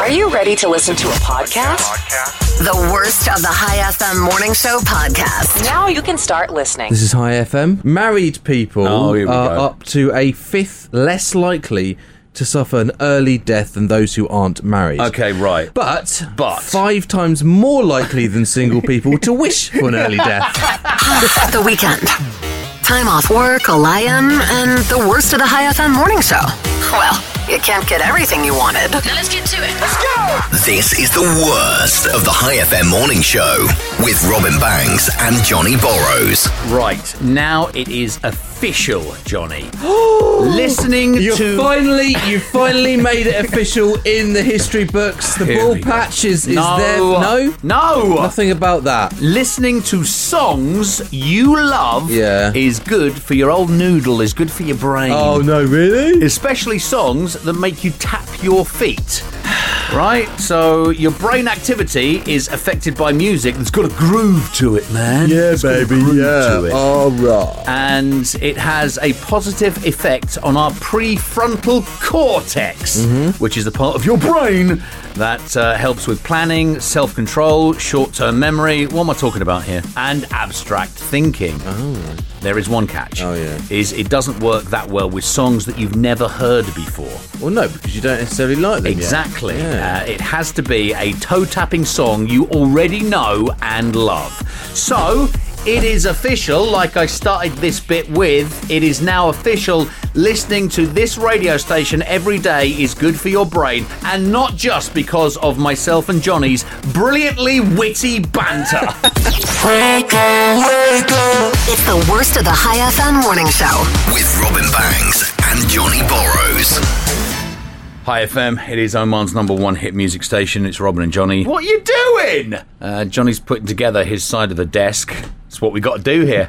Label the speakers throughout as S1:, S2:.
S1: Are you ready to listen to a podcast?
S2: The worst of the High FM Morning Show podcast.
S1: Now you can start listening.
S3: This is High FM. Married people
S4: Oh, here we
S3: are
S4: go.
S3: up to a fifth less likely to suffer an early death than those who aren't married.
S4: Okay, right.
S3: But,
S4: But.
S3: five times more likely than single people to wish for an early death.
S2: Hot the weekend. Time off work, a lion, and the worst of the High FM Morning Show. Well, you can't get everything you wanted. Now let's get to it.
S5: This is the worst of the High FM morning show with Robin Banks and Johnny Borrows.
S4: Right. Now it is official, Johnny. Listening
S3: You
S4: to.
S3: finally, you finally made it official in the history books. The
S4: Here
S3: ball
S4: we go.
S3: patch is, is
S4: no.
S3: there. No,
S4: No.
S3: nothing about that.
S4: Listening to songs you love
S3: Yeah. Oh.
S4: is good for your old noodle, is good for your brain.
S3: no, really?
S4: Especially songs that make you tap your feet. Right? So your brain activity is affected by music that's got a groove to it, man. It's got a groove to it.
S3: All right.
S4: and it has a positive effect on our prefrontal cortex,
S3: Mm-hmm.
S4: which is the part of your brain that uh, helps with planning, self control, short term memory. What am I talking about here? And abstract thinking. There is one catch.
S3: Oh, yeah.
S4: Is it doesn't work that well with songs that you've never heard before.
S3: Well, no, because you don't necessarily like them. yet.
S4: Exactly.
S3: Yeah.
S4: Uh, it has to be a toe tapping song you already know and love. So. It is official, like I started this bit with. It is now official. Listening to this radio station every day is good for your brain, and not just because of myself and Johnny's brilliantly witty banter.
S2: It's the worst of the High FM Morning Show.
S5: With Robin Banks and Johnny Borrows.
S4: Hi FM, it is Oman's number one hit music station. It's Robin and Johnny. What are you doing? Uh, Johnny's putting together his side of the desk. It's what we got to do here.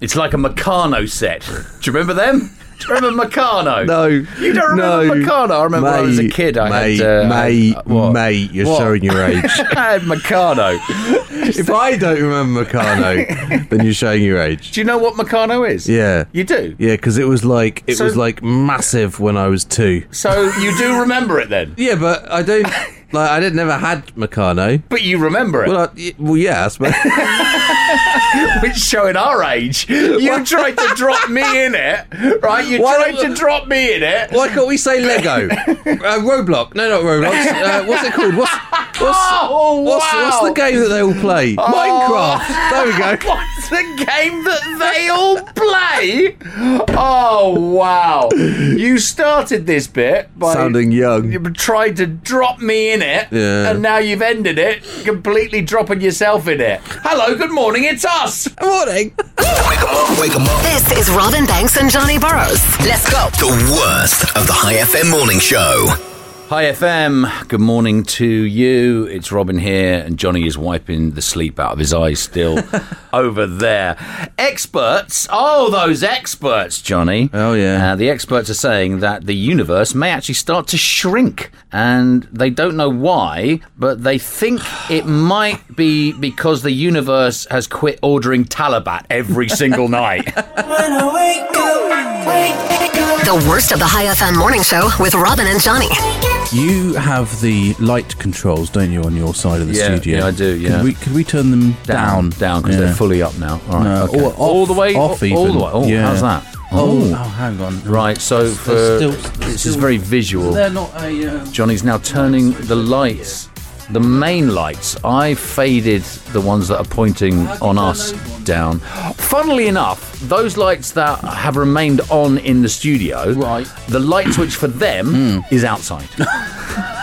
S4: It's like a Meccano set. Do you remember them? Do you remember Meccano?
S3: No.
S4: You don't remember
S3: no.
S4: Meccano? I remember when I was a
S3: Mate,
S4: kid. I
S3: mate,
S4: had. uh,
S3: mate,
S4: I- what?
S3: mate, you're
S4: What?
S3: showing your age.
S4: I had Meccano.
S3: if I don't remember Meccano, then you're showing your age.
S4: Do you know what Meccano is?
S3: Yeah.
S4: You do?
S3: Yeah, because it was like it
S4: So-
S3: was like massive when I was two.
S4: So you do remember it then?
S3: Yeah, but I don't like I didn't never had Meccano.
S4: But you remember it.
S3: Well, I, y- well, yeah, I suppose.
S4: It's showing our age. You tried to drop me in it, right? You
S3: Why
S4: tried
S3: don't-
S4: to drop me in it.
S3: Why can't we say Lego? Uh, Roblox? No, not Roblox. Uh, what's it called? What's what's,
S4: Oh,
S3: what's,
S4: wow.
S3: what's the game that they all play? Minecraft. There we go.
S4: What's the game that they all play? Oh wow! You started this bit by
S3: Sounding young.
S4: You tried to drop me in it,
S3: Yeah.
S4: and now you've ended it completely, dropping yourself in it. Hello, good morning. It's us.
S3: Morning.
S5: Wake 'em up, wake 'em up.
S2: This is Robin Banks and Johnny Burrows. Let's go.
S5: The worst of the High FM morning show.
S4: Hi FM, good morning to you. It's Robin here, and Johnny is wiping the sleep out of his eyes still over there. Experts, oh, those experts, Johnny.
S3: Oh, yeah.
S4: Uh, the experts are saying that the universe may actually start to shrink, and they don't know why, but they think it might be because the universe has quit ordering Talabat every single night.
S2: The worst of the High FM Morning Show with Robin and Johnny.
S6: You have the light controls, don't you, on your side of the
S4: Yeah,
S6: studio?
S4: yeah, I do, yeah.
S6: Could we, could we turn them down?
S4: down, because
S6: Yeah.
S4: they're fully up now. All right,
S6: No,
S4: okay.
S6: or off-
S4: all the way,
S6: off
S4: all, all
S6: even.
S4: the way. Oh,
S6: Yeah.
S4: how's that?
S6: Oh, oh, hang on.
S4: Right, so for
S6: They're still-
S4: this is
S6: still-
S4: very visual.
S6: They're not a. Uh,
S4: Johnny's now turning the lights, the main lights. I faded the ones that are pointing
S6: do you
S4: on
S6: turn
S4: us
S6: those ones?
S4: down. Funnily enough, those lights that have remained on in the studio,
S6: Right.
S4: The light switch for them
S3: Hmm.
S4: is outside.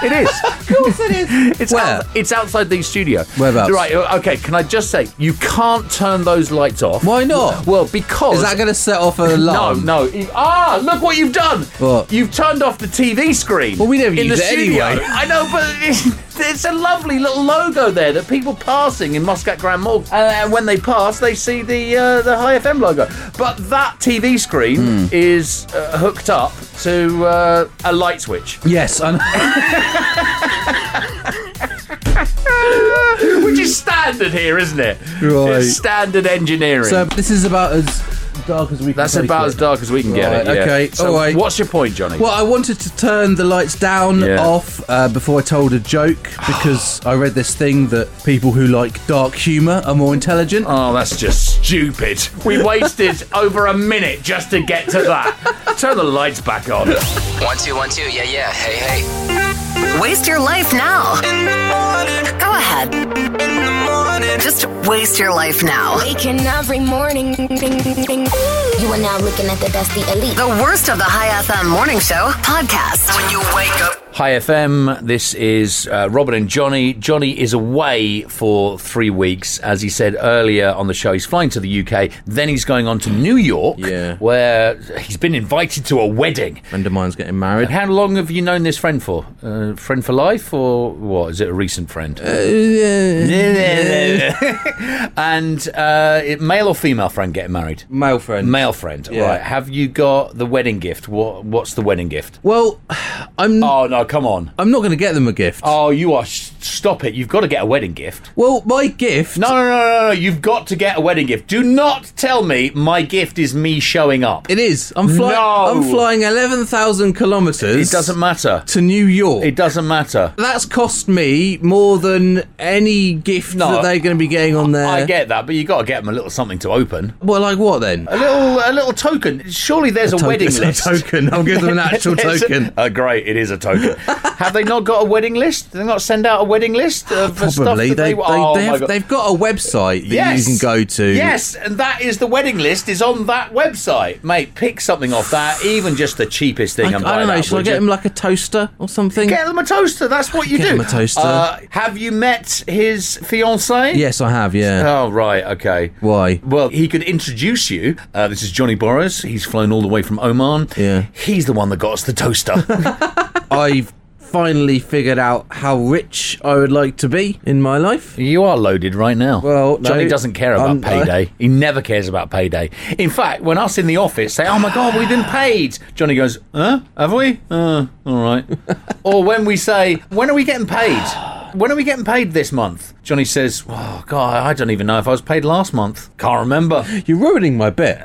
S4: It is. of course it is. It's,
S3: Where?
S4: out- it's outside the studio.
S3: Whereabouts?
S4: Right, uh, okay, can I just say, you can't turn those lights off.
S3: Why not?
S4: Well, because...
S3: Is that going to set off an
S4: No,
S3: alarm?
S4: no. E- Ah, look what you've done.
S3: What?
S4: You've turned off the TV screen.
S3: Well, we never
S4: in
S3: use
S4: the
S3: it
S4: studio.
S3: anyway.
S4: I know, but it's, it's a lovely little logo there that people passing in Muscat Grand Mall, uh, and when they pass, they see the uh, the High FM logo. But that TV screen
S3: Hmm.
S4: is uh, hooked up to uh, a light switch,
S6: yes, I know.
S4: which is standard here, isn't it?
S3: Right.
S4: It's standard engineering.
S6: So this is about as
S7: as dark as we can
S4: That's
S7: take
S4: about
S7: it.
S4: as dark as we can get
S6: Right,
S4: it. yeah.
S6: okay,
S4: So
S6: alright.
S4: What's your point, Johnny?
S6: Well, I wanted to turn the lights down
S4: Yeah.
S6: off uh, before I told a joke because I read this thing that people who like dark humour are more intelligent.
S4: Oh, that's just stupid. We wasted over a minute just to get to that. Turn the lights back on.
S5: One, two, one, two. Yeah, yeah. Hey, hey.
S2: Waste your life now. Go ahead. Just waste your life now.
S8: Waking every morning.
S9: You are now looking at the Dusty Elite.
S2: The worst of the High FM Morning Show podcast. When you wake up.
S4: Hi FM. This is uh, Robin and Johnny. Johnny is away for three weeks, as he said earlier on the show. He's flying to the UK, then he's going on to New York,
S6: Yeah.
S4: where he's been invited to a wedding.
S6: Friend of mine's getting married.
S4: How long have you known this friend for? Uh, friend for life, or what? Is it a recent friend?
S6: Uh,
S4: and uh, it- male or female friend getting married?
S6: Male friend.
S4: Male friend,
S6: Yeah.
S4: right? Have you got the wedding gift? What What's the wedding gift?
S6: Well, I'm
S4: Oh no, come on!
S6: I'm not going to get them a gift.
S4: Oh, you are stop it! You've got to get a wedding gift.
S6: well, my gift.
S4: No, no, no, no, no! You've got to get a wedding gift. Do not tell me my gift is me showing up. It,
S6: It is. I'm flying.
S4: No.
S6: I'm flying eleven thousand kilometers.
S4: doesn't matter.
S6: to New York.
S4: It doesn't matter.
S6: That's cost me more than any gift
S4: No.
S6: that they're going to be getting on there.
S4: I get that, but you got to get them a little something to open.
S6: Well, like what then?
S4: A little, a little token. Surely there's a,
S6: Token-
S4: wedding
S6: it's a
S4: list.
S6: token. I'll give them an actual
S4: There's a-
S6: token.
S4: Oh, great! It is a token. have they not got a wedding list? Do they not send out a wedding list? Of the Stuff
S6: Probably
S4: that
S6: they, they,
S4: oh,
S6: they
S4: my
S6: have,
S4: God.
S6: they've got a website that
S4: Yes.
S6: you can go to.
S4: Yes, and that is the wedding list is on that website, mate. Pick something off that, even just the cheapest thing.
S6: I, I
S4: and buy
S6: don't know.
S4: That,
S6: Should I
S4: would
S6: get
S4: you?
S6: him like a toaster or something?
S4: Get them a toaster. That's what you
S6: Get
S4: do.
S6: them a toaster.
S4: Uh, have you met his fiancee?
S6: yes, I have. Yeah.
S4: Oh right, okay.
S6: Why?
S4: Well, he could introduce you. Uh, this is Johnny Boris. He's flown all the way from Oman.
S6: Yeah.
S4: he's the one that got us the toaster.
S6: I've finally figured out how rich I would like to be in my life.
S4: you are loaded right now.
S6: Well, no,
S4: Johnny doesn't care about
S6: I'm- uh, I-
S4: payday. he never cares about payday. In fact, when us in the office say, "Oh my God, we've been paid," Johnny goes, "Huh? Have we? Uh, all right." or when we say, "When are we getting paid?" When are we getting paid this month? Johnny says, Oh, God, I don't even know if I was paid last month. Can't remember.
S6: You're ruining my bit.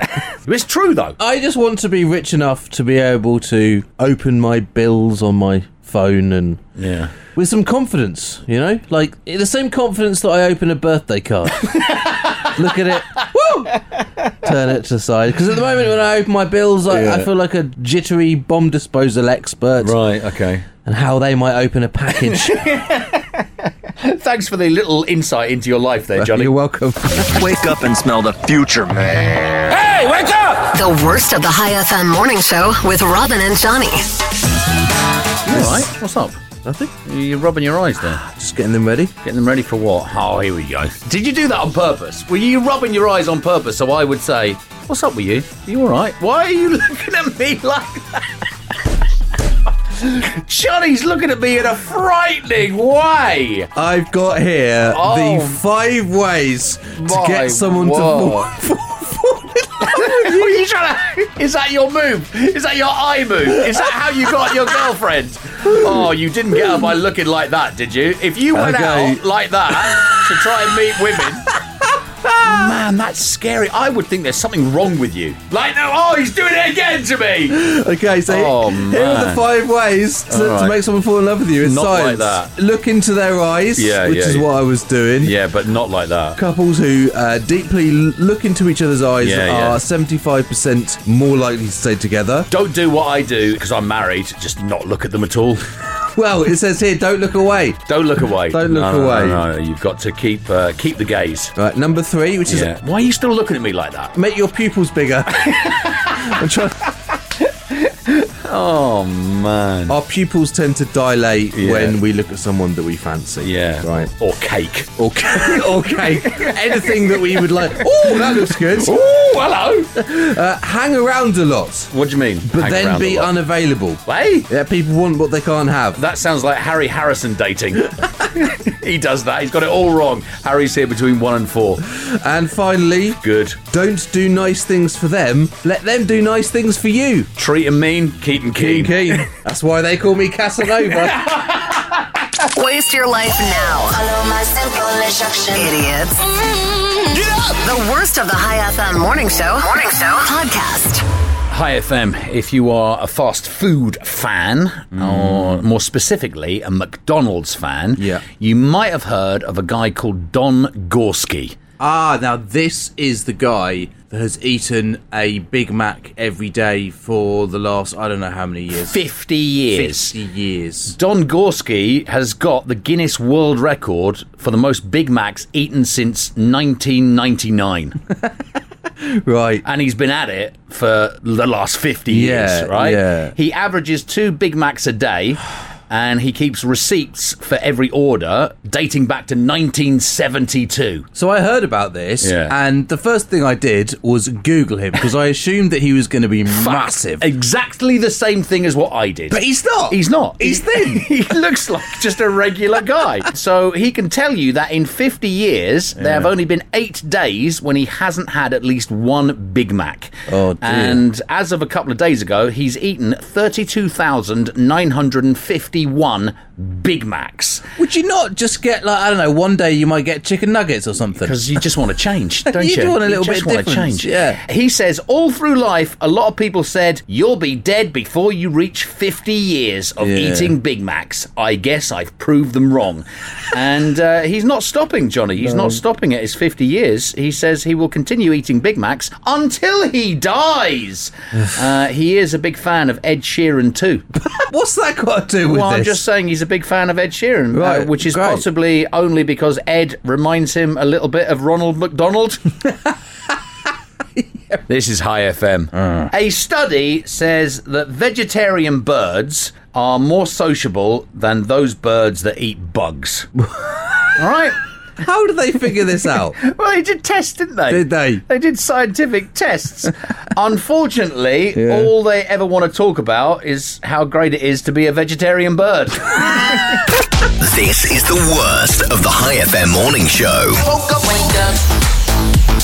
S4: It's true, though.
S6: I just want to be rich enough to be able to open my bills on my phone and
S4: Yeah.
S6: with some confidence, you know? Like the same confidence that I open a birthday card. Look at it. Woo! Turn it to the side. Because at the moment when I open my bills, I, I feel like a jittery bomb disposal expert
S4: Right, okay.
S6: and how they might open a package.
S4: Thanks for the little insight into your life there, Johnny.
S6: You're welcome.
S5: Wake up and smell the future, man.
S2: The worst of the High FM Morning Show with Robin and Johnny.
S4: All right, what's up?
S6: Nothing.
S4: You're rubbing your eyes there.
S6: Just getting them ready.
S4: Getting them ready for what? Oh, here we go. Did you do that on purpose? Were you rubbing your eyes on purpose so I would say, What's up with you? Are you all right? Why are you looking at me like that? Johnny's looking at me in a frightening way.
S6: I've got here
S4: Oh.
S6: the five ways to
S4: My
S6: get someone
S4: word.
S6: to fall, fall in love.
S4: What are you trying to? Is that your move? Is that your eye move? Is that how you got your girlfriend? Oh, you didn't get her by looking like that, did you? If you went
S6: Okay.
S4: out like that to try and meet women. Man, that's scary. I would think there's something wrong with you. Like, no, oh, he's doing it again to me.
S6: Okay, so
S4: Oh,
S6: here are the
S4: man.
S6: five ways to,
S4: All
S6: to
S4: right.
S6: make someone fall in love with you. It's
S4: Not
S6: science.
S4: like that.
S6: Look into their eyes,
S4: Yeah,
S6: which
S4: yeah,
S6: is
S4: yeah.
S6: what I was doing.
S4: Yeah, but not like that.
S6: Couples who uh, deeply l- look into each other's eyes
S4: Yeah, yeah.
S6: are 75% more likely to stay together.
S4: Don't do what I do because I'm married. Just not look at them at all.
S6: Well, it says here, don't look away.
S4: Don't look away.
S6: Don't look
S4: No, no,
S6: away.
S4: No, no, no. You've got to keep uh, keep the gaze.
S6: Right, number three, which is
S4: Yeah. Why are you still looking at me like that?
S6: make your pupils bigger. I'm trying-
S4: Oh man.
S6: Our pupils tend to dilate
S4: Yeah.
S6: when we look at someone that we fancy.
S4: Yeah.
S6: Right.
S4: Or cake.
S6: Or cake. or cake. Anything that we would like. Oh, that looks good.
S4: Oh, hello.
S6: Uh, hang around a lot.
S4: What do you mean?
S6: but then be unavailable.
S4: Hey,
S6: Yeah, people want what they can't have.
S4: that sounds like Harry Harrison dating. he does that. He's got it all wrong. Harry's here between one and four.
S6: And finally,
S4: Good.
S6: don't do nice things for them. Let them do nice things for you.
S4: Treat him mean, keep him keen.
S6: Keen. That's why they call me Casanova.
S2: Waste your life now,
S9: Follow my simple instruction.
S2: idiots.
S9: Get up!
S2: The worst of the High FM Morning Show. Morning Show podcast.
S4: Hi FM, if you are a fast food fan, or more specifically, a McDonald's fan,
S6: Yeah.
S4: you might have heard of a guy called Don Gorski.
S6: Ah, now this is the guy that has eaten a Big Mac every day for the last I don't know how many years.
S4: 50 years.
S6: Fifty years.
S4: Don Gorski has got the Guinness World Record for the most Big Macs eaten since 1999.
S6: Right.
S4: and he's been at it for the last 50
S6: Yeah,
S4: years, right?
S6: yeah.
S4: He averages two Big Macs a day. And he keeps receipts for every order dating back to 1972.
S6: So I heard about this,
S4: Yeah.
S6: and the first thing I did was Google him because I assumed that he was going to be massive.
S4: Exactly the same thing as what I did.
S6: But he's not.
S4: He's not.
S6: He's
S4: He-
S6: thin.
S4: He looks like just a regular guy. so he can tell you that in 50 years, there have only been eight days when he hasn't had at least one Big Mac.
S6: Oh, dear.
S4: And as of a couple of days ago, he's eaten 32,951 Big Macs.
S6: Would you not just get like I don't know? One day you might get chicken nuggets or something.
S4: Because you just want to change, don't you?
S6: You do want a little
S4: just
S6: bit of
S4: want to
S6: difference,
S4: change.
S6: yeah.
S4: He says all through life, a lot of people said you'll be dead before you reach 50 years of
S6: Yeah.
S4: eating Big Macs. I guess I've proved them wrong, and uh, he's not stopping, Johnny. He's not stopping at his 50 years. He says he will continue eating Big Macs until he dies. uh, he is a big fan of Ed Sheeran too.
S6: What's that got to do with
S4: Well, I'm
S6: this?
S4: just saying he's a big fan of Ed Sheeran, uh,
S6: Right,
S4: which is
S6: great.
S4: possibly only because Ed reminds him a little bit of Ronald McDonald. this is High FM. A study says that vegetarian birds are more sociable than those birds that eat bugs. All right.
S6: How did they figure this out?
S4: Well, they did tests, didn't they?
S6: Did they?
S4: They did scientific tests. Unfortunately,
S6: Yeah.
S4: all they ever want to talk about is how great it is to be a vegetarian bird.
S5: This is the worst of the High FM morning show.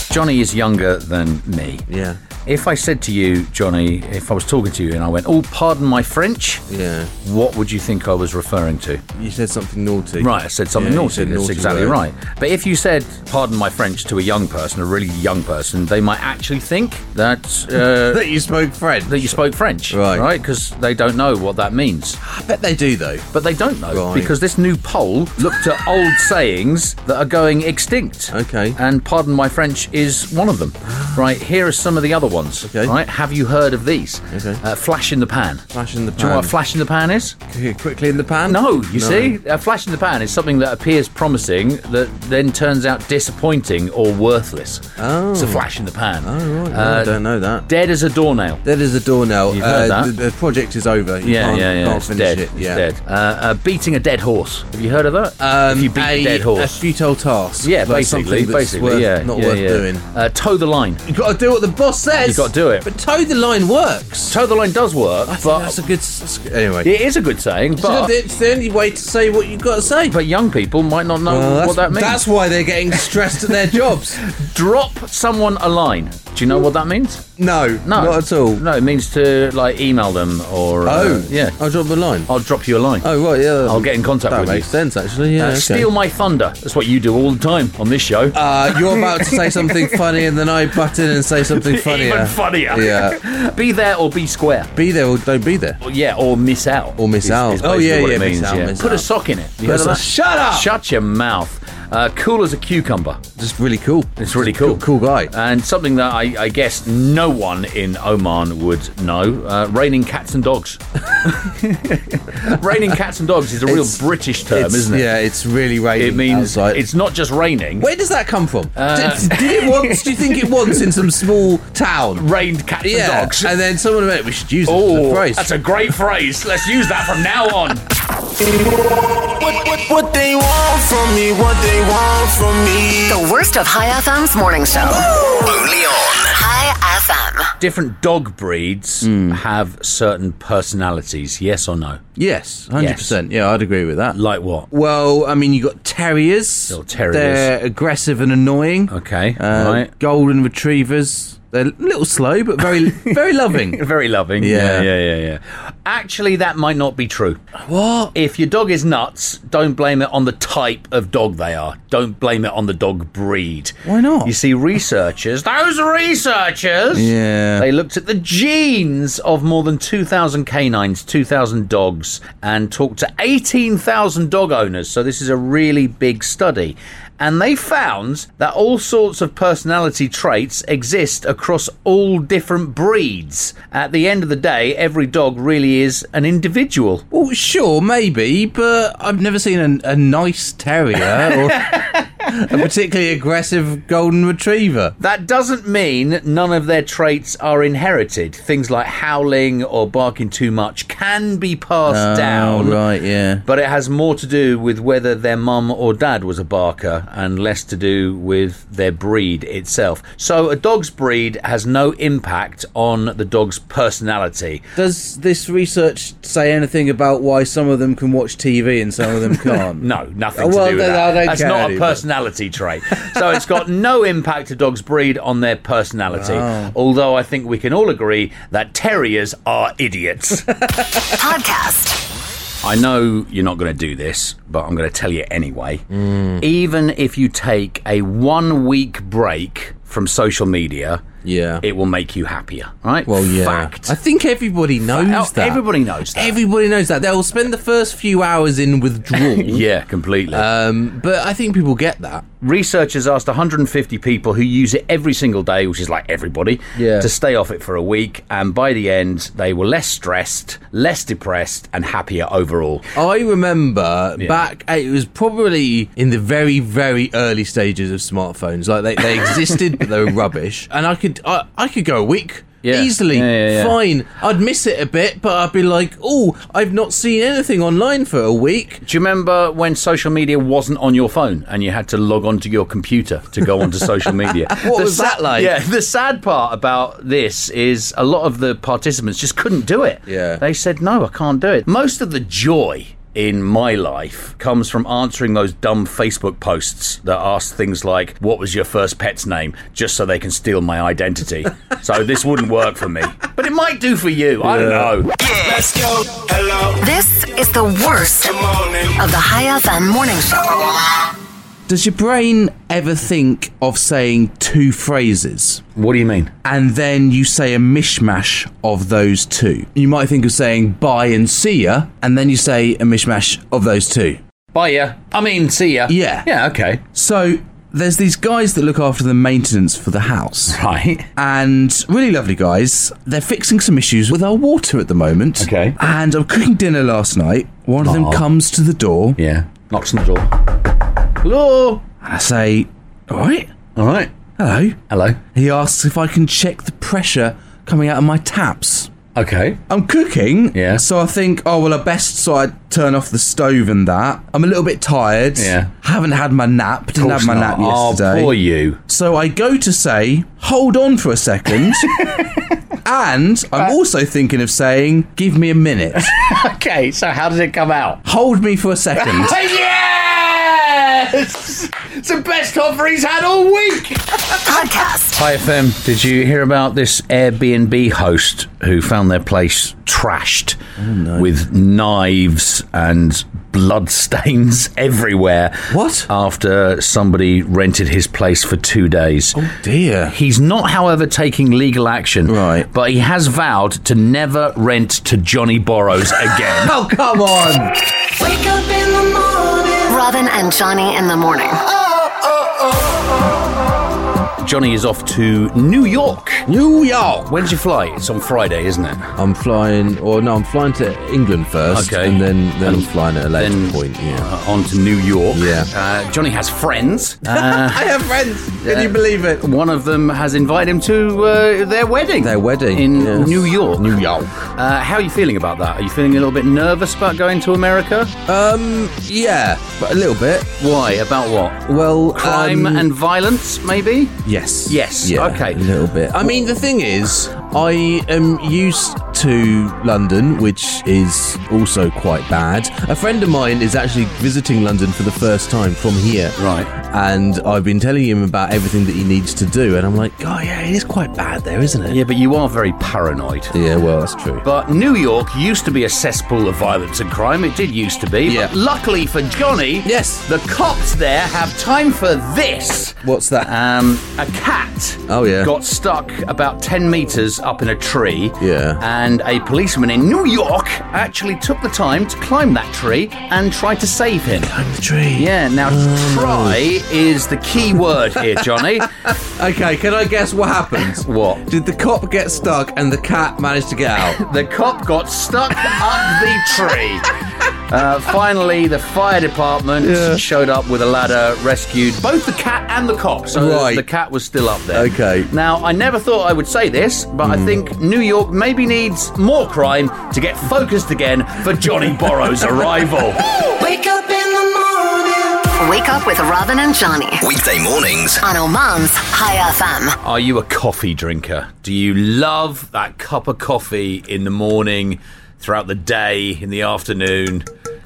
S4: Johnny is younger than me.
S6: yeah,
S4: If I said to you, Johnny, if I was talking to you and I went, oh, pardon my French,
S6: yeah.
S4: what would you think I was referring to?
S6: You said something naughty.
S4: Right, I said something
S6: Yeah, you
S4: naughty.
S6: said
S4: That's
S6: naughty
S4: exactly
S6: word.
S4: right. But if you said, pardon my French, to a young person, a really young person, they might actually think that. Uh,
S6: That you spoke French.
S4: That you spoke French,
S6: Right.
S4: Right, because they don't know what that means,
S6: I bet they do though.
S4: but they don't know
S6: Right.
S4: because this new poll looked at old sayings that are going extinct.
S6: Okay.
S4: and pardon my French is one of them. Right, here are some of the other ones.
S6: Okay.
S4: Right, have you heard of these?
S6: Okay.
S4: Uh, flash in the pan.
S6: Flash in the
S4: Do you know
S6: pan.
S4: what a flash in the pan is?
S6: Qu- quickly in the pan.
S4: No, you see, a flash in the pan is something that appears promising that then turns out disappointing or worthless. Oh. It's a flash in the pan.
S6: Oh, right. no, I
S4: Uh,
S6: don't know that.
S4: Dead as a doornail.
S6: There is a doornail. Uh,
S4: You've heard that?
S6: The, the project is over. You
S4: Yeah,
S6: can't,
S4: yeah, yeah.
S6: Can't
S4: It's
S6: finish
S4: dead.
S6: It. Yeah.
S4: It's dead. Uh, uh, beating a dead horse. Have you heard of that?
S6: Um,
S4: if you beat a, dead
S6: a
S4: horse.
S6: futile task.
S4: yeah,
S6: like
S4: basically,
S6: something that's
S4: basically,
S6: worth-
S4: yeah,
S6: not
S4: yeah,
S6: worth
S4: yeah.
S6: doing.
S4: Uh, toe the line.
S6: You got to do what the boss says.
S4: You gotta do it.
S6: But toe the line works.
S4: Toe the line does work,
S6: I think
S4: but
S6: that's a good. That's good. Anyway,
S4: It is a good saying,
S6: It's
S4: but
S6: the- it's the only way to say what you've got to say.
S4: but young people might not know
S6: Well, that's,
S4: what that means.
S6: that's why they're getting stressed at their jobs.
S4: drop someone a line. Do you know what that means?
S6: No,
S4: No,
S6: not at all.
S4: No, it means to like email them or uh,
S6: Oh,
S4: yeah.
S6: I'll drop the line.
S4: I'll drop you a line.
S6: Oh right, yeah.
S4: I'll get in contact
S6: that
S4: with
S6: makes
S4: you.
S6: sense actually. Yeah.
S4: Uh,
S6: okay.
S4: Steal my thunder. That's what you do all the time on this show.
S6: Uh, you're about to say something funny, and then I butt in and say something funnier.
S4: Even funnier.
S6: Yeah.
S4: be there or be square.
S6: Be there or don't be there.
S4: Or, yeah, or miss out.
S6: Or miss
S4: is-
S6: out.
S4: is
S6: Oh,
S4: basically
S6: yeah,
S4: what it
S6: yeah, miss
S4: means,
S6: out, miss
S4: Put a
S6: out.
S4: sock in it. You
S6: Put
S4: heard
S6: a
S4: of that?
S6: sock- Shut up!
S4: Shut your mouth. Uh, cool as a cucumber.
S6: Just really cool.
S4: It's really cool.
S6: Cool, guy.
S4: And something that I, I guess no one in Oman would know uh, raining cats and dogs. raining cats and dogs is a real
S6: It's-
S4: British term,
S6: It's-
S4: isn't it?
S6: Yeah, it's really raining.
S4: It means
S6: outside.
S4: it's not just raining.
S6: Where does that come from?
S4: Uh,
S6: did, did it once? Do you think it once in some small town?
S4: Rained cats
S6: Yeah,
S4: and dogs.
S6: and then someone went, "We should use it as a
S4: oh,
S6: phrase."
S4: that's a great phrase. Let's use that from now on.
S10: What they want from me, what they want from me.
S2: The worst of High FM's morning show.
S5: Only on
S2: High FM.
S4: Different dog breeds
S6: Hmm.
S4: have certain personalities. Yes or no?
S6: yes, hundred percent. Yeah, I'd agree with that.
S4: Like what?
S6: Well, I mean, you got terriers.
S4: Little terriers.
S6: They're aggressive and annoying.
S4: Okay,
S6: Uh,
S4: right.
S6: Golden retrievers. They're a little slow, but very, very loving.
S4: Very loving.
S6: Yeah.
S4: yeah, yeah, yeah. yeah. Actually, that might not be true. What? If your dog is nuts, don't blame it on the type of dog they are. Don't blame it on the dog breed.
S6: Why not?
S4: You see, researchers, those researchers,
S6: Yeah.
S4: they looked at the genes of more than 2,000 canines, 2,000 dogs, and talked to 18,000 dog owners. So, this is a really big study. And they found that all sorts of personality traits exist across all different breeds. At the end of the day, every dog really is an individual.
S6: Well, sure, maybe, but I've never seen a, a nice terrier or a particularly aggressive golden retriever.
S4: That doesn't mean none of their traits are inherited. Things like howling or barking too much can be passed down.
S6: Oh, right, yeah.
S4: But it has more to do with whether their mum or dad was a barker and less to do with their breed itself. So a dog's breed has no impact on the dog's personality.
S6: Does this research say anything about why some of them can watch TV and some of them can't?
S4: No, nothing
S6: Well,
S4: to do with
S6: then
S4: that.
S6: I don't
S4: That's
S6: care
S4: not a
S6: either.
S4: personality trait. So it's got no impact a dog's breed on their personality.
S6: Oh.
S4: Although I think we can all agree that terriers are idiots.
S2: Podcast.
S4: I know you're not going to do this, but I'm going to tell you anyway.
S6: Mm.
S4: Even if you take a one week break from social media,
S6: Yeah.
S4: it will make you happier, right?
S6: well, yeah.
S4: Fact.
S6: I think everybody knows
S4: Oh,
S6: that.
S4: Everybody knows that.
S6: Everybody knows that. They'll spend the first few hours in withdrawal.
S4: yeah, completely.
S6: Um, but I think people get that.
S4: researchers asked 150 people who use it every single day, which is like everybody,
S6: Yeah.
S4: to stay off it for a week. And by the end, they were less stressed, less depressed, and happier overall.
S6: I remember back, eh, it was probably in the very, very early stages of smartphones. Like they, they existed, but they were rubbish. And I could, I, I could go a week.
S4: Yeah.
S6: Easily,
S4: Yeah, yeah, yeah.
S6: fine. I'd miss it a bit, but I'd be like, "Oh, I've not seen anything online for a week."
S4: Do you remember when social media wasn't on your phone and you had to log onto your computer to go onto social media?
S6: What was that like?
S4: Yeah, the sad part about this is a lot of the participants just couldn't do it.
S6: Yeah.
S4: They said, no, I can't do it. Most of the joy in my life comes from answering those dumb Facebook posts that ask things like, what was your first pet's name? Just so they can steal my identity. so this wouldn't work for me. But it might do for you. I don't know.
S10: Let's go. Hello.
S2: This is the worst
S10: Come on in.
S2: of the High FM Morning Show.
S6: Does your brain ever think of saying two phrases?
S4: What do you mean?
S6: and then you say a mishmash of those two. You might think of saying bye and see ya, and then you say a mishmash of those two.
S4: Bye, yeah. I mean, see ya.
S6: Yeah.
S4: Yeah, okay.
S6: So there's these guys that look after the maintenance for the house.
S4: Right.
S6: And really lovely guys. They're fixing some issues with our water at the moment.
S4: Okay.
S6: And I'm cooking dinner last night. One of them comes to the door.
S4: Yeah. Knocks on the door. Hello.
S6: And I say, All right,
S4: All right.
S6: hello.
S4: Hello.
S6: He asks if I can check the pressure coming out of my taps.
S4: Okay.
S6: I'm cooking.
S4: Yeah.
S6: So I think, oh well, I best so I turn off the stove and that. I'm a little bit tired.
S4: Yeah.
S6: Haven't had my nap. Didn't have my nap yesterday.
S4: Oh, poor you.
S6: So I go to say, hold on for a second. and I'm also thinking of saying, give me a minute.
S4: Okay. So how does it come out?
S6: hold me for a second.
S4: yes. It's the best offer he's had all week.
S2: Podcast.
S4: Hi FM. Did you hear about this Airbnb host who found their place trashed with knives and blood stains everywhere?
S6: What?
S4: After somebody rented his place for two days.
S6: Oh, Dear.
S4: He's not, however, taking legal action.
S6: Right.
S4: But he has vowed to never rent to Johnny Borrows again.
S6: Oh come on.
S2: Robin and Johnny in the morning.
S4: Johnny is off to New York.
S6: New York.
S4: When's your flight? It's on Friday, isn't it?
S3: I'm flying, or no, I'm flying to England first,
S4: Okay.
S3: and then then I'm
S4: And
S3: flying at a later point. Yeah.
S4: uh, on to New York.
S3: Yeah.
S4: Uh, Johnny has friends.
S6: I have friends. Can you believe it?
S4: One of them has invited him to uh, their wedding.
S3: Their wedding,
S4: in
S3: yes.
S4: New York.
S6: New York.
S4: Uh, how are you feeling about that? Are you feeling a little bit nervous about going to America?
S3: Um, yeah, but a little bit.
S4: Why? About what?
S3: Well,
S4: Crime
S3: um,
S4: and violence, maybe.
S6: Yes.
S4: Yes,
S3: Yeah,
S4: okay.
S3: A little bit. I mean, the thing is,
S6: I am used to London, which is also quite bad. A friend of mine is actually visiting London for the first time from here.
S4: Right.
S6: And I've been telling him about everything that he needs to do, and I'm like, oh, yeah, it is quite bad there, isn't it?
S4: Yeah, but you are very paranoid.
S6: Yeah, well, that's true.
S4: But New York used to be a cesspool of violence and crime. It did used to be.
S6: Yeah.
S4: But luckily for Johnny,
S6: Yes.
S4: the cops there have time for this.
S6: What's that?
S4: Um, a cat.
S6: Oh, yeah.
S4: Got stuck about ten meters up in a tree.
S6: Yeah.
S4: And a policeman in New York actually took the time to climb that tree and try to save him.
S6: I'm the tree.
S4: Yeah. Now
S6: Oh.
S4: try is the key word here, Johnny.
S6: Okay, can I guess what happens?
S4: What?
S6: Did the cop get stuck and the cat managed to get out?
S4: The cop got stuck up the tree. Uh, finally, the fire department showed up with a ladder, rescued both the cat and the cop. So
S6: Right.
S4: the cat was still up there.
S6: Okay. Hmm.
S4: Now, I never thought I would say this, but I think New York maybe needs more crime to get focused again for Johnny Borrow's arrival.
S10: Wake up in the morning.
S2: Wake up with Robin and Johnny
S5: Weekday mornings.
S2: on Oman's High FM.
S4: Are you a coffee drinker? Do you love that cup of coffee in the morning, throughout the day, in the afternoon?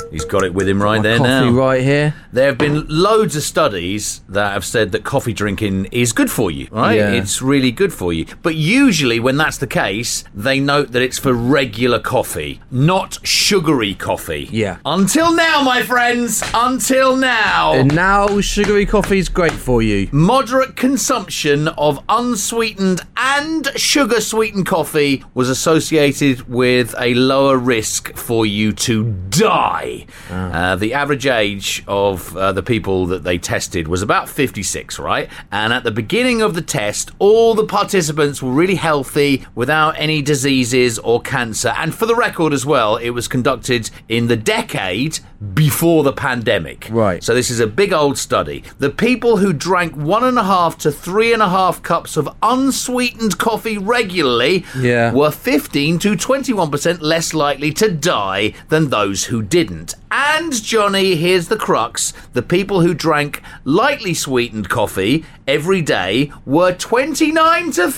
S4: He's got it with him right there now.
S3: Coffee right here.
S4: There have been loads of studies that have said that coffee drinking is good for you, right?
S3: Yeah.
S4: It's really good for you. But usually, when that's the case, they note that it's for regular coffee, not sugary coffee.
S6: Yeah.
S4: Until now, my friends, until now.
S6: And now sugary coffee is great for you.
S4: Moderate consumption of unsweetened and sugar sweetened coffee was associated with a lower risk for you to die. Uh, the average age of uh, the people that they tested was about 56, right? And at the beginning of the test, all the participants were really healthy without any diseases or cancer. And for the record as well, it was conducted in the decade before the pandemic.
S6: Right.
S4: So this is a big old study. The people who drank one and a half to three and a half cups of unsweetened coffee regularly
S6: Yeah.
S4: were 15 to 21% less likely to die than those who didn't. And, Johnny, here's the crux the people who drank lightly sweetened coffee every day were 29 to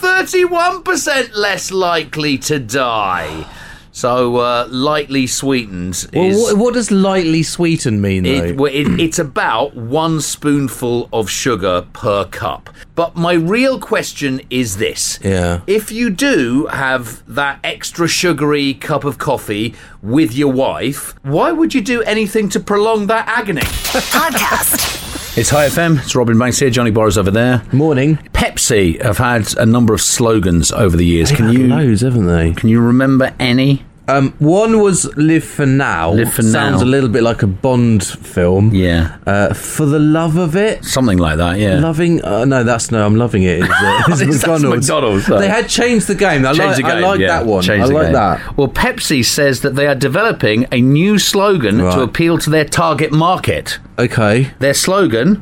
S4: 31% less likely to die. So, uh, lightly sweetened
S6: Well,
S4: is.
S6: what, what does lightly sweeten mean, though?
S4: It, well, it, it's about one spoonful of sugar per cup. But my real question is this.
S6: Yeah.
S4: If you do have that extra sugary cup of coffee with your wife, why would you do anything to prolong that agony?
S2: Podcast.
S4: It's High FM. It's Robin Banks here. Johnny Borrows over there.
S6: Morning.
S4: Pepsi have had a number of slogans over the years. Can you
S6: Loads, haven't they?
S4: can you remember any?
S6: Um, one was Live for Now.
S4: Live for
S6: Sounds
S4: Now.
S6: a little bit like a Bond film.
S4: Yeah.
S6: Uh, for the love of it.
S4: Something like that. Yeah.
S6: Loving, uh, no, that's no. I'm loving it. It's, uh, it's
S4: That's
S6: McDonald's.
S4: McDonald's, though.
S6: They had changed the game. I
S4: Change
S6: like,
S4: the game.
S6: I like
S4: yeah.
S6: that one.
S4: Change
S6: I
S4: the
S6: like
S4: game.
S6: that.
S4: Well, Pepsi says that they are developing a new slogan
S6: Right.
S4: to appeal to their target market.
S6: Okay.
S4: Their slogan,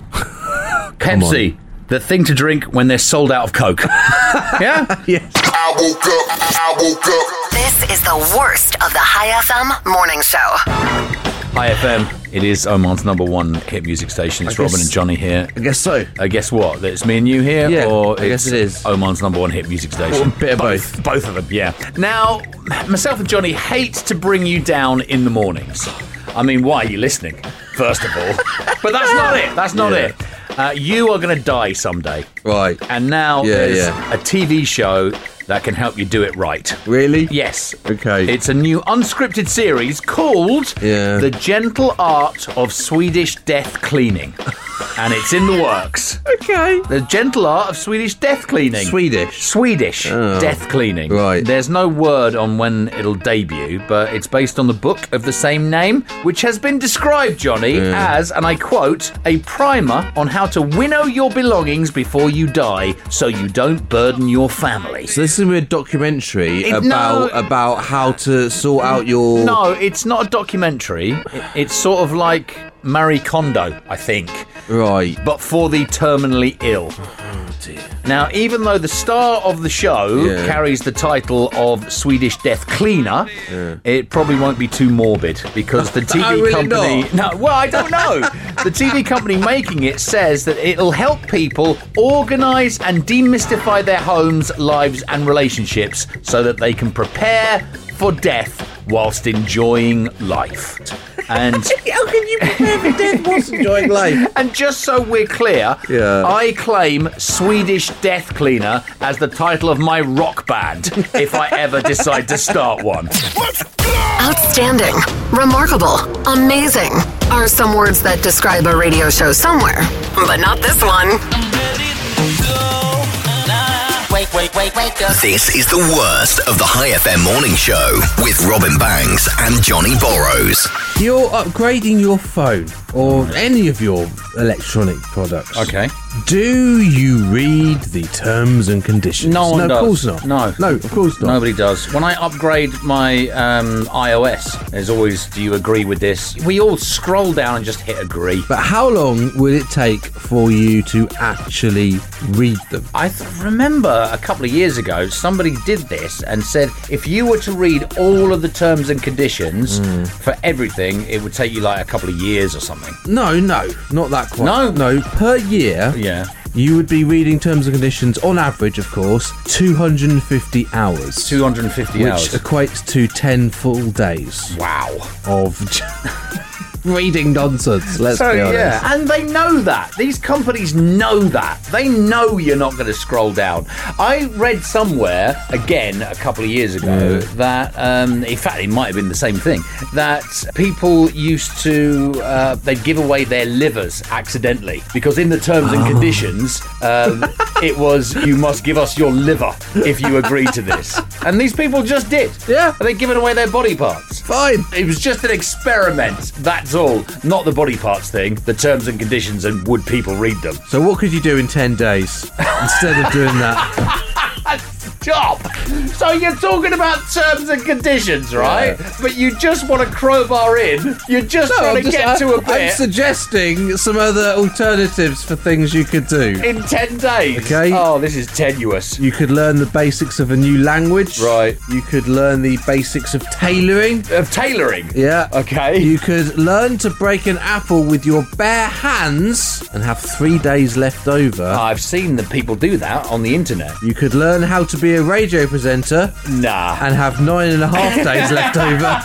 S4: Pepsi, the thing to drink when they're sold out of Coke. yeah?
S10: I woke up. I woke up.
S2: This is the worst of the High FM morning show.
S4: IFM. It is Oman's number one hit music station. It's
S6: I guess-
S4: Robin and Johnny here.
S6: I guess so.
S4: I guess what? That it's me and you here?
S6: Yeah,
S4: or
S6: I guess
S4: it's
S6: it is.
S4: Oman's number one hit music station.
S6: Or a bit of
S4: both. Both of them, yeah. Now, myself and Johnny hate to bring you down in the mornings. I mean, why are you listening, first of all? but that's not it. That's not
S6: Yeah.
S4: it. Uh, you are going to die someday.
S6: Right.
S4: And now
S6: Yeah,
S4: there's
S6: yeah.
S4: a TV show that can help you do it right.
S6: Really?
S4: Yes.
S6: Okay.
S4: It's a new unscripted series called
S6: Yeah.
S4: The Gentle Art of Swedish Death Cleaning. and it's in the works.
S6: Okay.
S4: The Gentle Art of Swedish Death Cleaning.
S6: Swedish.
S4: Swedish Death Cleaning.
S6: Oh. Right.
S4: There's no word on when it'll debut, but it's based on the book of the same name, which has been described, Johnny, as, and I quote, a primer on how to winnow your belongings before you die so you don't burden your family.
S6: So this is a documentary
S4: It-
S6: about
S4: no.
S6: about how to sort out your.
S4: No, it's not a documentary. I- It's sort of like Marie Kondo, I think,
S6: Right.
S4: but for the terminally ill. Now, even though the star of the show
S6: Oh, Yeah.
S4: carries the title of Swedish Death Cleaner, it probably won't be too morbid because the TV
S6: Oh, really
S4: company. No, well, I don't know. The TV company making it says that it'll help people organize and demystify their homes, lives, and relationships so that they can prepare for death whilst enjoying life. And
S3: How can you prepare for death whilst enjoying life?
S4: and just so we're clear,
S3: Yeah.
S4: I claim Swedish Death Cleaner as the title of my rock band if I ever decide to start one.
S2: Outstanding, remarkable, amazing are some words that describe a radio show somewhere, but not this one.
S11: Wake, wake, wake, wake up.
S5: This is the worst of the High FM morning show with Robin Banks and Johnny Borrows.
S6: You're upgrading your phone or any of your electronic products. Do you read the terms and conditions?
S4: No one
S6: no,
S4: does.
S6: of course not.
S4: No.
S6: no, of course not.
S4: Nobody does. When I upgrade my um, iOS, there's always, do you agree with this? We all scroll down and just hit agree.
S6: But how long would it take for you to actually read them?
S4: I th- remember a couple of years ago, somebody did this and said if you were to read all of the terms and conditions
S6: Mm.
S4: for everything, it would take you like a couple of years or something.
S6: No, no, not that quite.
S4: No.
S6: no. Per year,
S4: Yeah.
S6: you would be reading terms and conditions on average, of course, 250 hours,
S4: 250
S6: which
S4: hours.
S6: equates to 10 full days
S4: Wow.
S6: of reading nonsense. Let's
S4: So
S6: be honest.
S4: yeah, and they know that. These companies know that. They know you're not going to scroll down. I read somewhere again a couple of years ago that, um, in fact, it might have been the same thing. That people used to uh, they'd give away their livers accidentally because in the terms
S6: Oh.
S4: and conditions um, it was you must give us your liver if you agree to this. And these people just did.
S6: Yeah.
S4: and they'd given away their body parts.
S6: Fine.
S4: It was just an experiment. That's all. Not the body parts thing. The terms and conditions and would people read them?
S6: So what could you do in 10 days instead of doing that?
S4: Stop. So you're talking about terms and conditions, right? But you just want to crowbar in. You're just
S6: No,
S4: trying to
S6: I'm just-
S4: get
S6: I-
S4: to a
S6: I'm
S4: bit
S6: suggesting some other alternatives for things you could do.
S4: in ten days.
S6: Okay.
S4: Oh, this is tenuous.
S6: You could learn the basics of a new language.
S4: Right.
S6: You could learn the basics of tailoring.
S4: Of tailoring.
S6: Yeah.
S4: Okay.
S6: You could learn to break an apple with your bare hands and have three days left over.
S4: I've seen the people do that on the internet.
S6: You could learn how to be a radio presenter
S4: Nah.
S6: and have nine and a half days left over.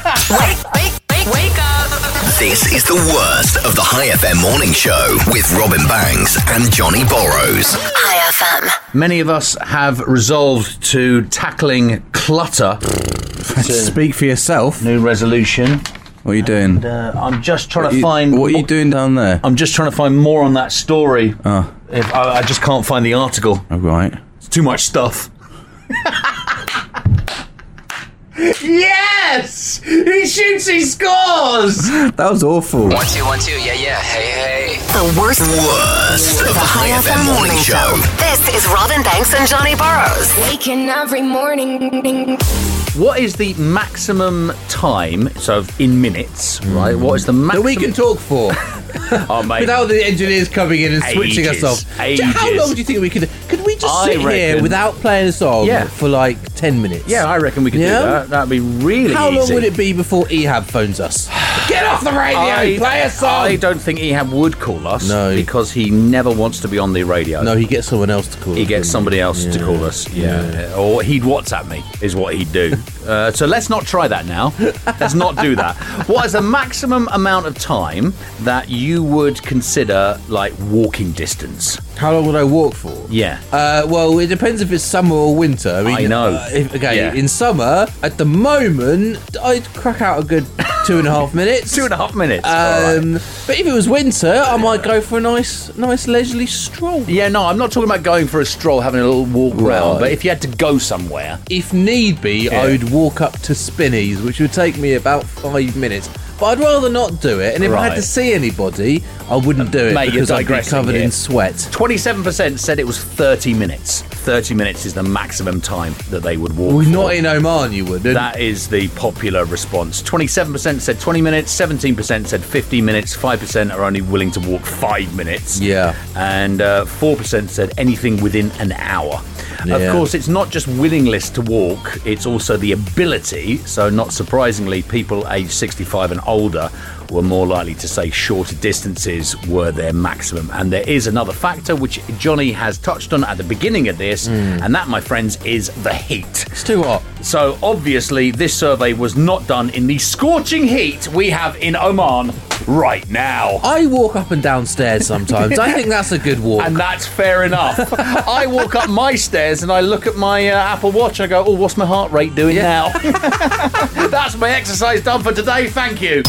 S5: This is the worst of the High FM morning show with Robin Banks and Johnny Borrows.
S2: High FM.
S4: Many of us have resolved to tackling clutter.
S6: Speak for yourself.
S4: New resolution.
S11: What are you doing?
S4: Uh, I'm just trying to
S11: You-
S4: find.
S11: what are you doing down there?
S4: I'm just trying to find more on that story.
S6: Ah.
S4: If I, I just can't find the article.
S11: All right.
S4: It's too much stuff. yes! He shoots, he scores!
S11: That was awful.
S12: One two one two, yeah yeah, hey hey.
S2: The worst
S5: Worst of
S2: of
S5: the High FM morning show.
S2: This is Robin Banks and Johnny Burrows.
S9: Waking every morning.
S4: What is the maximum time, so in minutes, right? What is the
S6: That
S4: maximum?
S6: Mm. we can talk for
S4: Oh, mate.
S6: without the engineers coming in and switching
S4: Ages.
S6: us off. Do- How
S4: Ages.
S6: long do you think we could? Could we just
S4: I
S6: sit here
S4: reckon-
S6: without playing a song
S4: Yeah.
S6: for like ten minutes?
S4: yeah, I reckon we could
S6: Yeah?
S4: do that. That'd be really
S6: How long
S4: easy.
S6: would it be before Ehab phones us? Get off the radio!
S4: I,
S6: play a song.
S4: I don't think Ehab would call us
S6: No.
S4: because he never wants to be on the radio.
S6: no, he gets someone else to call.
S4: He
S6: us,
S4: gets
S6: doesn't
S4: somebody else to call us. Yeah. Or he'd WhatsApp me, is what he'd do. uh, so let's not try that now. Let's not do that. What is the maximum amount of time that you would consider like walking distance?
S6: he? How long would I walk for?
S4: Yeah.
S6: Uh, well, it depends if it's summer or winter. I, mean,
S4: I know.
S6: uh, if- okay,
S4: Yeah.
S6: in summer, at the moment, I'd crack out a good two and a half minutes.
S4: Two and a half minutes. All right.
S6: Um, But if it was winter, I might go for a nice, nice leisurely stroll.
S4: Yeah, no, I'm not talking about going for a stroll, having a little walk around,
S6: Right.
S4: but if you had to go somewhere,
S6: If need be, I would walk up to Spinney's, which would take me about five minutes. But I'd rather not do it. And if I had to
S4: Right.
S6: see anybody, I wouldn't do it
S4: mate, you're
S6: because I'd be
S4: digressing
S6: covered
S4: here.
S6: in sweat.
S4: 27% said it was 30 minutes. 30 minutes is the maximum time that they would walk.
S6: Well,
S4: for.
S6: not in Oman, you wouldn't.
S4: That is the popular response. 27% said 20 minutes, 17% said 15 minutes, 5% are only willing to walk 5 minutes.
S6: Yeah.
S4: And uh, 4% said anything within an hour. Of
S6: Yeah.
S4: course, it's not just willingness to walk, it's also the ability. So, not surprisingly, people aged 65 and older were more likely to say shorter distances were their maximum. And there is another factor which Johnny has touched on at the beginning of this,
S6: Hmm.
S4: and that, my friends, is the heat.
S6: It's too hot.
S4: So obviously, this survey was not done in the scorching heat we have in Oman right now.
S6: I walk up and down stairs sometimes. I think that's a good walk.
S4: And that's fair enough. I walk up my stairs and I look at my uh, Apple Watch. I go, oh, what's my heart rate doing now? that's my exercise done for today. Thank you.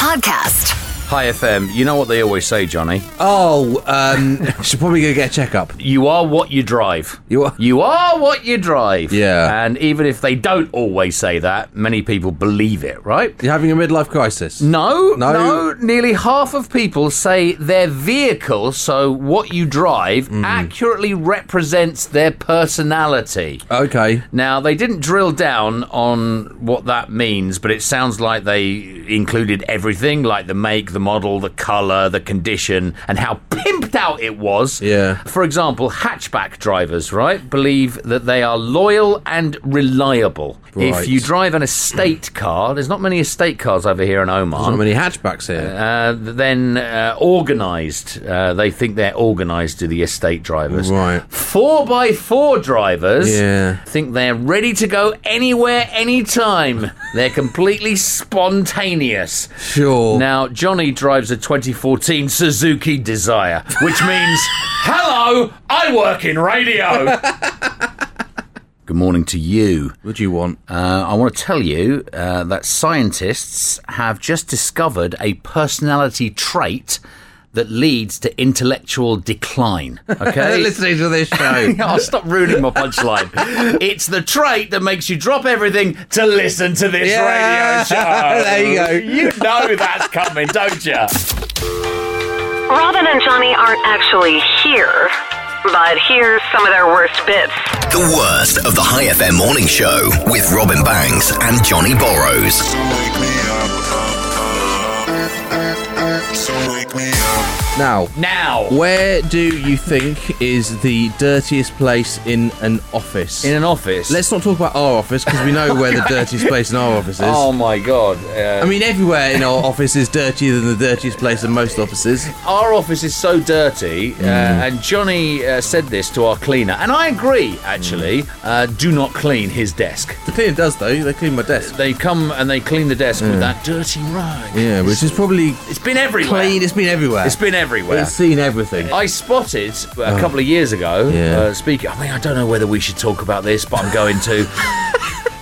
S2: Podcast.
S4: Hi, FM. You know what they always say, Johnny?
S6: Oh, um, should probably go get a checkup.
S4: You are what you drive.
S6: You are-
S4: You are what you drive.
S6: Yeah.
S4: And even if they don't always say that, many people believe it, right?
S6: You're having a midlife crisis.
S4: No, no,
S6: No.
S4: Nearly half of people say their vehicle, so what you drive,
S6: Mm.
S4: accurately represents their personality.
S6: Okay.
S4: Now, they didn't drill down on what that means, but it sounds like they included everything like the make, the model, the colour, the condition, and how pimped out it was.
S6: Yeah.
S4: For example, hatchback drivers, right, believe that they are loyal and reliable. If
S6: Right.
S4: you drive an estate car, there's not many estate cars over here in Oman
S6: Not many hatchbacks here.
S4: uh, then uh, organised. Uh, they think they're organised to the estate drivers.
S6: Right.
S4: Four by four drivers
S6: Yeah.
S4: think they're ready to go anywhere, anytime. they're completely spontaneous.
S6: Sure.
S4: Now, Johnny drives a 2014 Suzuki Desire, which means, hello, I work in radio. Good morning to you.
S6: what do you want?
S4: Uh, I want to tell you uh, that scientists have just discovered a personality trait that leads to intellectual decline. Okay.
S6: Listening to this show.
S4: I'll stop ruining my punchline. it's the trait that makes you drop everything to listen to this
S6: Yeah.
S4: radio show.
S6: There you go.
S4: You know that's coming, don't you?
S2: Robin and Johnny aren't actually here, but here's some of their worst bits.
S5: The worst of the High FM morning show with Robin Banks and Johnny Borrows.
S6: Now,
S4: Now.
S6: where do you think is the dirtiest place in an office?
S4: in an office.
S6: Let's not talk about our office because we know where the dirtiest place in our office is.
S4: Oh my god. Uh,
S6: I mean, everywhere in our office is dirtier than the dirtiest place in most offices.
S4: our office is so dirty,
S6: Mm.
S4: uh, and Johnny uh, said this to our cleaner, and I agree.
S6: Mm.
S4: Actually, uh, do not clean his desk.
S6: The cleaner does though. They clean my desk.
S4: They come and they clean the desk with that dirty rag.
S6: Mm. Yeah, which is probably
S4: It's been everywhere.
S6: clean. It's been everywhere.
S4: It's been everywhere.
S6: It's seen everything.
S4: I spotted a couple of years ago.
S6: Yeah.
S4: Uh, speaking, I mean, I don't know whether we should talk about this, but I'm going to.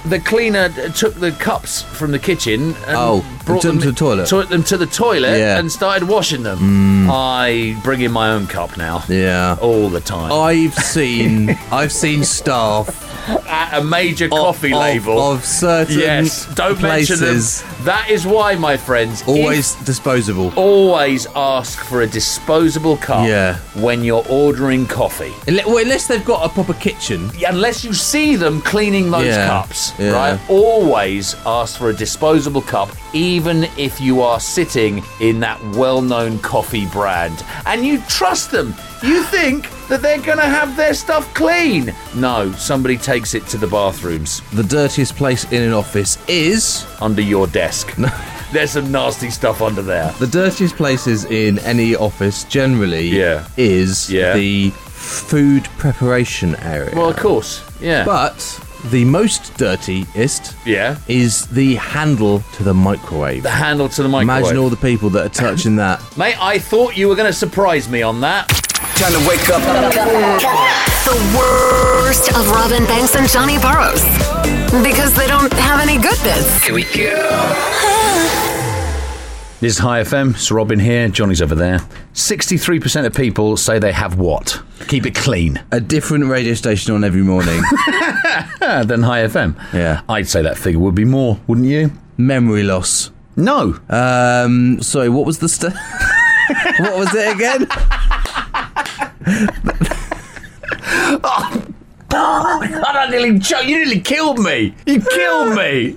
S4: the cleaner d- took the cups from the kitchen and
S6: Oh,
S4: brought
S6: took them to the toilet?
S4: Took them to the toilet
S6: Yeah. Mm.
S4: and started washing them. I bring in my own cup now.
S6: Yeah.
S4: all the time.
S6: I've seen I've seen staff
S4: At a major
S6: of-
S4: coffee
S6: of,
S4: label.
S6: of certain
S4: yes, don't
S6: places
S4: mention them. That is why, my friends, if-
S6: always disposable.
S4: always ask for a disposable cup
S6: Yeah.
S4: when you're ordering coffee.
S6: Unle- well, unless they've got a proper kitchen.
S4: Unless you see them cleaning those
S6: Yeah,
S4: cups,
S6: yeah.
S4: right? Always ask for a disposable cup, even if you are sitting in that well known coffee brand and you trust them. You think that they're going to have their stuff clean. No, somebody takes it to the bathrooms.
S6: The dirtiest place in an office is
S4: under your desk. There's some nasty stuff under there.
S6: the dirtiest places in any office generally
S4: Yeah.
S6: is
S4: Yeah.
S6: the food preparation area.
S4: Well, of course, yeah.
S6: but the most dirtiest
S4: yeah.
S6: is the handle to the microwave.
S4: The handle to the microwave.
S6: Imagine all the people that are touching that.
S4: Mate, I thought you were going to surprise me on that.
S13: Time to wake up.
S2: The worst of Robin Banks and Johnny Burrows. Because they don't have any good bits.
S14: Here we go.
S4: This is High FM. It's Robin here. Johnny's over there. 63% of people say they have what? Keep it clean.
S6: A different radio station on every morning.
S4: Uh, then High FM.
S6: Yeah.
S4: I'd say that figure would be more, wouldn't you?
S6: Memory loss.
S4: No.
S6: Um, sorry, what was the st- What was it again?
S4: God, I nearly cho- You nearly killed me. You killed me.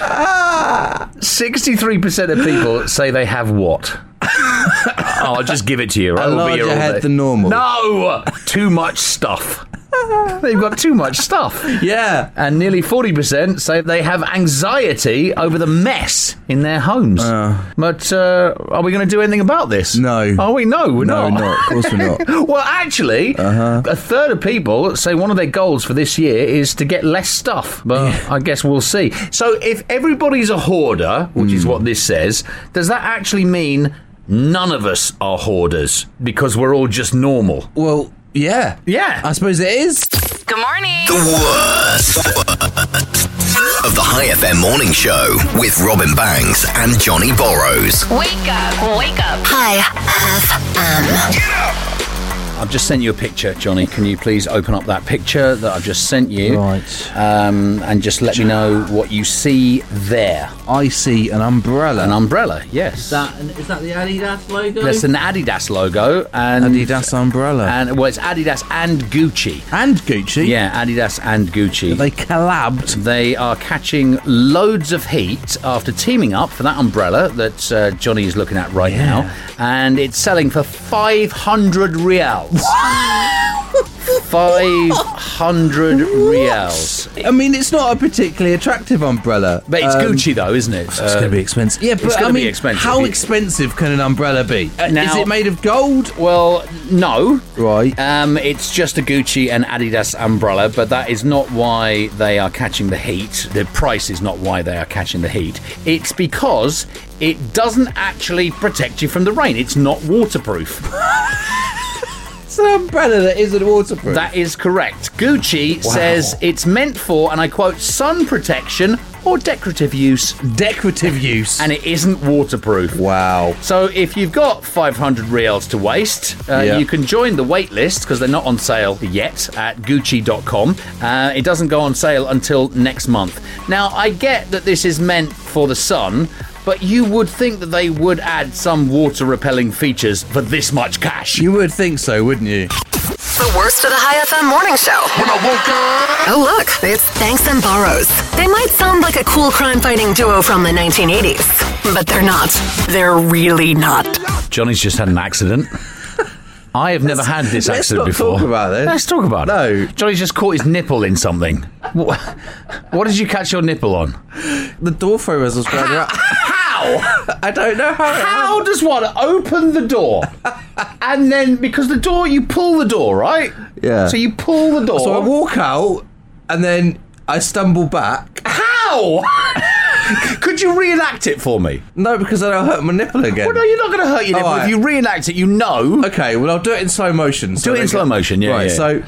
S4: 63% of people say they have what? oh, I'll just give it to you. Right?
S6: A
S4: We'll be
S6: larger
S4: here all
S6: head
S4: day.
S6: than normal.
S4: No! Too much stuff. They've got too much stuff.
S6: Yeah.
S4: And nearly 40% say they have anxiety over the mess in their homes. but uh, are we going to do anything about this?
S11: No.
S4: Are we? No, we're
S11: No,
S4: not.
S11: no, of course we're not.
S4: well, actually,
S6: Uh-huh.
S4: a third of people say one of their goals for this year is to get less stuff, but I guess we'll see. So, if everybody's a hoarder, which
S6: Hmm.
S4: is what this says, does that actually mean none of us are hoarders because we're all just normal?
S6: Well, yeah.
S4: Yeah.
S6: I suppose it is.
S15: Good morning.
S5: The worst of the High FM morning show with Robin Banks and Johnny Borrows.
S15: Wake up, wake up.
S2: Hi, FM.
S4: I've just sent you a picture, Johnny. Can you please open up that picture that I've just sent you?
S6: Right.
S4: Um, and just let me know what you see there.
S6: I see an umbrella.
S4: An umbrella, yes.
S3: Is that the Adidas logo?
S4: That's an Adidas logo, and
S6: Adidas umbrella.
S4: and well, it's Adidas and Gucci.
S6: And Gucci.
S4: uh, Yeah, Adidas and Gucci.
S6: They collabed.
S4: They are catching loads of heat after teaming up for that umbrella that uh, Johnny is looking at right now, and it's selling for 500 reals. 500 reals.
S6: I mean, it's not a particularly attractive umbrella.
S4: But it's
S6: Um,
S4: Gucci though, isn't it? It's
S6: It's going to be expensive. Yeah,
S4: it's
S6: but
S4: gonna
S6: I
S4: be
S6: mean,
S4: expensive.
S6: how
S4: You-
S6: expensive can an umbrella be? Uh, is
S4: now-
S6: it made of gold?
S4: Well, no.
S6: Right.
S4: Um, it's just a Gucci and Adidas umbrella, but that is not why they are catching the heat. The price is not why they are catching the heat. It's because it doesn't actually protect you from the rain. It's not waterproof.
S6: It's an umbrella that isn't waterproof.
S4: That is correct. Gucci says it's meant for, and I quote, sun protection or decorative use,
S6: decorative use.
S4: and it isn't waterproof.
S6: wow.
S4: So if you've got 500 reals to waste, uh,
S6: Yeah.
S4: you can join the wait list because they're not on sale yet at Gucci.com. Uh, it doesn't go on sale until next month. Now, I get that this is meant for the sun, but you would think that they would add some water repelling features for this much cash.
S6: You would think so, wouldn't you?
S2: The worst of the High FM morning show. Oh, look, it's Thanks and Borrows. They might sound like a cool crime fighting duo from the 1980s, but they're not. They're really not.
S4: Johnny's just had an accident. I have never had this
S6: let's
S4: accident
S6: not
S4: before.
S6: talk about it.
S4: Let's talk about it.
S6: No.
S4: Johnny's just caught his nipple in something. What, what did you catch your nipple on?
S6: The door frames was going up.
S4: How?
S6: I don't know how. it
S4: How does one open the door? and then, because the door, you pull the door, right?
S11: Yeah.
S4: So you pull the door.
S6: So I walk out, and then I stumble back.
S4: How? Could you reenact it for me?
S6: No, because then I'll hurt my nipple again.
S4: Well, no, you're not going to hurt your nipple.
S6: All right.
S4: If you reenact it, you know.
S6: Okay, well I'll do it in slow motion. so
S4: Do it in
S6: they
S4: slow
S6: can-
S4: motion, yeah,
S6: Right.
S4: yeah.
S6: So,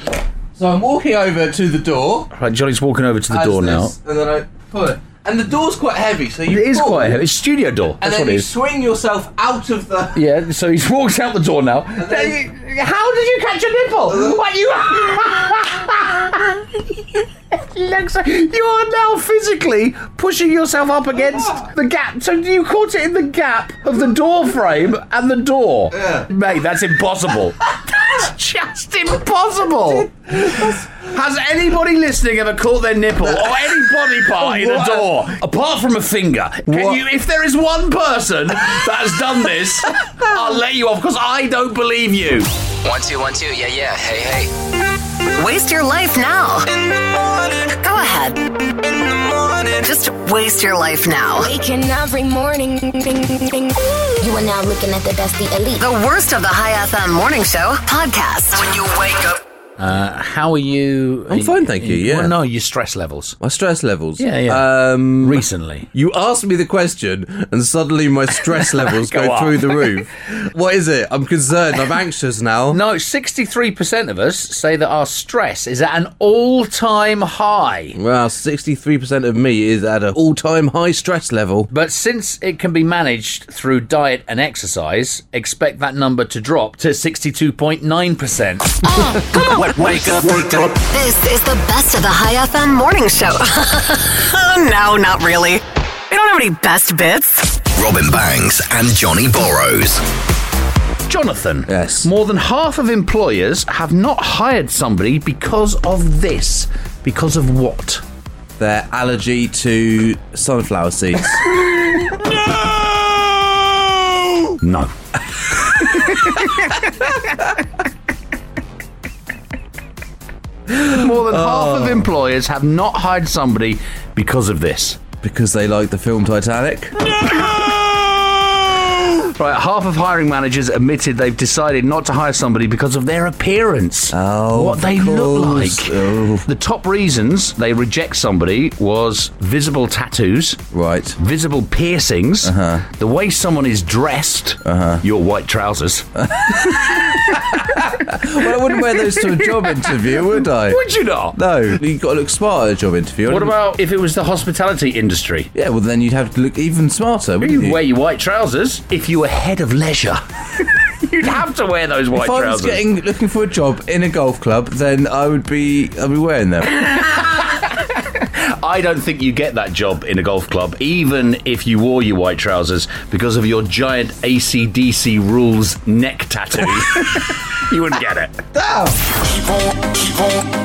S6: so I'm walking over to the door.
S4: Right, Johnny's walking over to the
S6: as
S4: door now.
S6: this, and then I pull it. And the door's quite heavy, so you
S4: It is
S6: pull,
S4: quite heavy. It's studio door.
S6: And
S4: That's
S6: then
S4: what it
S6: you
S4: is.
S6: swing yourself out of the.
S4: Yeah, so he's walked out the door now. Uh-huh.
S6: then-
S4: Hey, How did you catch a nipple? What you? Looks like you are now physically pushing yourself up against the gap. So you caught it in the gap of the door frame and the door. Mate, that's impossible. that's just impossible. Has anybody listening ever caught their nipple or any body part in a
S6: What?
S4: door Oh, apart from a finger? Can
S6: What?
S4: you, if there is one person that has done this, I'll let you off because I don't believe you.
S12: One, two, one, two. Yeah, yeah. Hey, hey.
S2: Waste your life now. Go ahead. Just waste your life now.
S9: Waking every morning. Ding, ding, ding. You are now looking at the Dusty Elite.
S2: The worst of the High FM morning show podcast. When you wake up.
S4: Uh, how are you?
S6: I'm fine, thank you, yeah.
S4: Well, no, your stress levels
S6: My stress levels.
S4: Yeah, yeah.
S6: Um,
S4: recently.
S6: you asked me the question, and suddenly my stress levels go,
S4: Go up.
S6: through the roof. what is it? I'm concerned. I'm anxious now.
S4: No, 63% of us say that our stress is at an all-time high.
S6: Well, 63% of me is at an all time high stress level.
S4: But since it can be managed through diet and exercise, expect that number to drop to 62.9%.
S2: This is the best of the High FM morning show. no, not really. We don't have any best bits.
S5: Robin Banks and Johnny Borrows.
S4: Jonathan.
S6: Yes.
S4: More than half of employers have not hired somebody because of this. Because of what?
S6: Their allergy to sunflower seeds.
S4: No. Oh. employers have not hired somebody because of this. Because they like the film Titanic? Right, half of hiring managers admitted they've decided not to hire somebody because of their appearance. Oh, what they look like. The top reasons they reject somebody was visible tattoos, right? Visible piercings, uh-huh. the way someone is dressed, uh-huh. your white trousers.
S6: well, I wouldn't wear those to a job interview, would I?
S4: Would you not?
S6: No, you've got to look smart at a job interview.
S4: What about if it was the hospitality industry?
S6: Yeah, well, then you'd have to look even smarter, wouldn't
S4: You'd
S6: you?
S4: wear your white trousers if you were head of leisure. You'd have to wear those white
S6: if I was
S4: trousers.
S6: getting looking for a job in a golf club, then I would be I'd be wearing them.
S4: I don't think you get that job in a golf club, even if you wore your white trousers, because of your giant ACDC rules neck tattoo. you wouldn't get it.
S10: Keep on, keep on,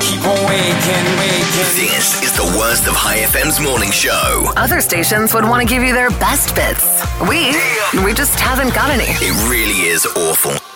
S10: keep on waking, waking.
S5: This is the worst of High FM's morning show.
S2: Other stations would want to give you their best bits. We, we just haven't got any.
S5: It really is awful.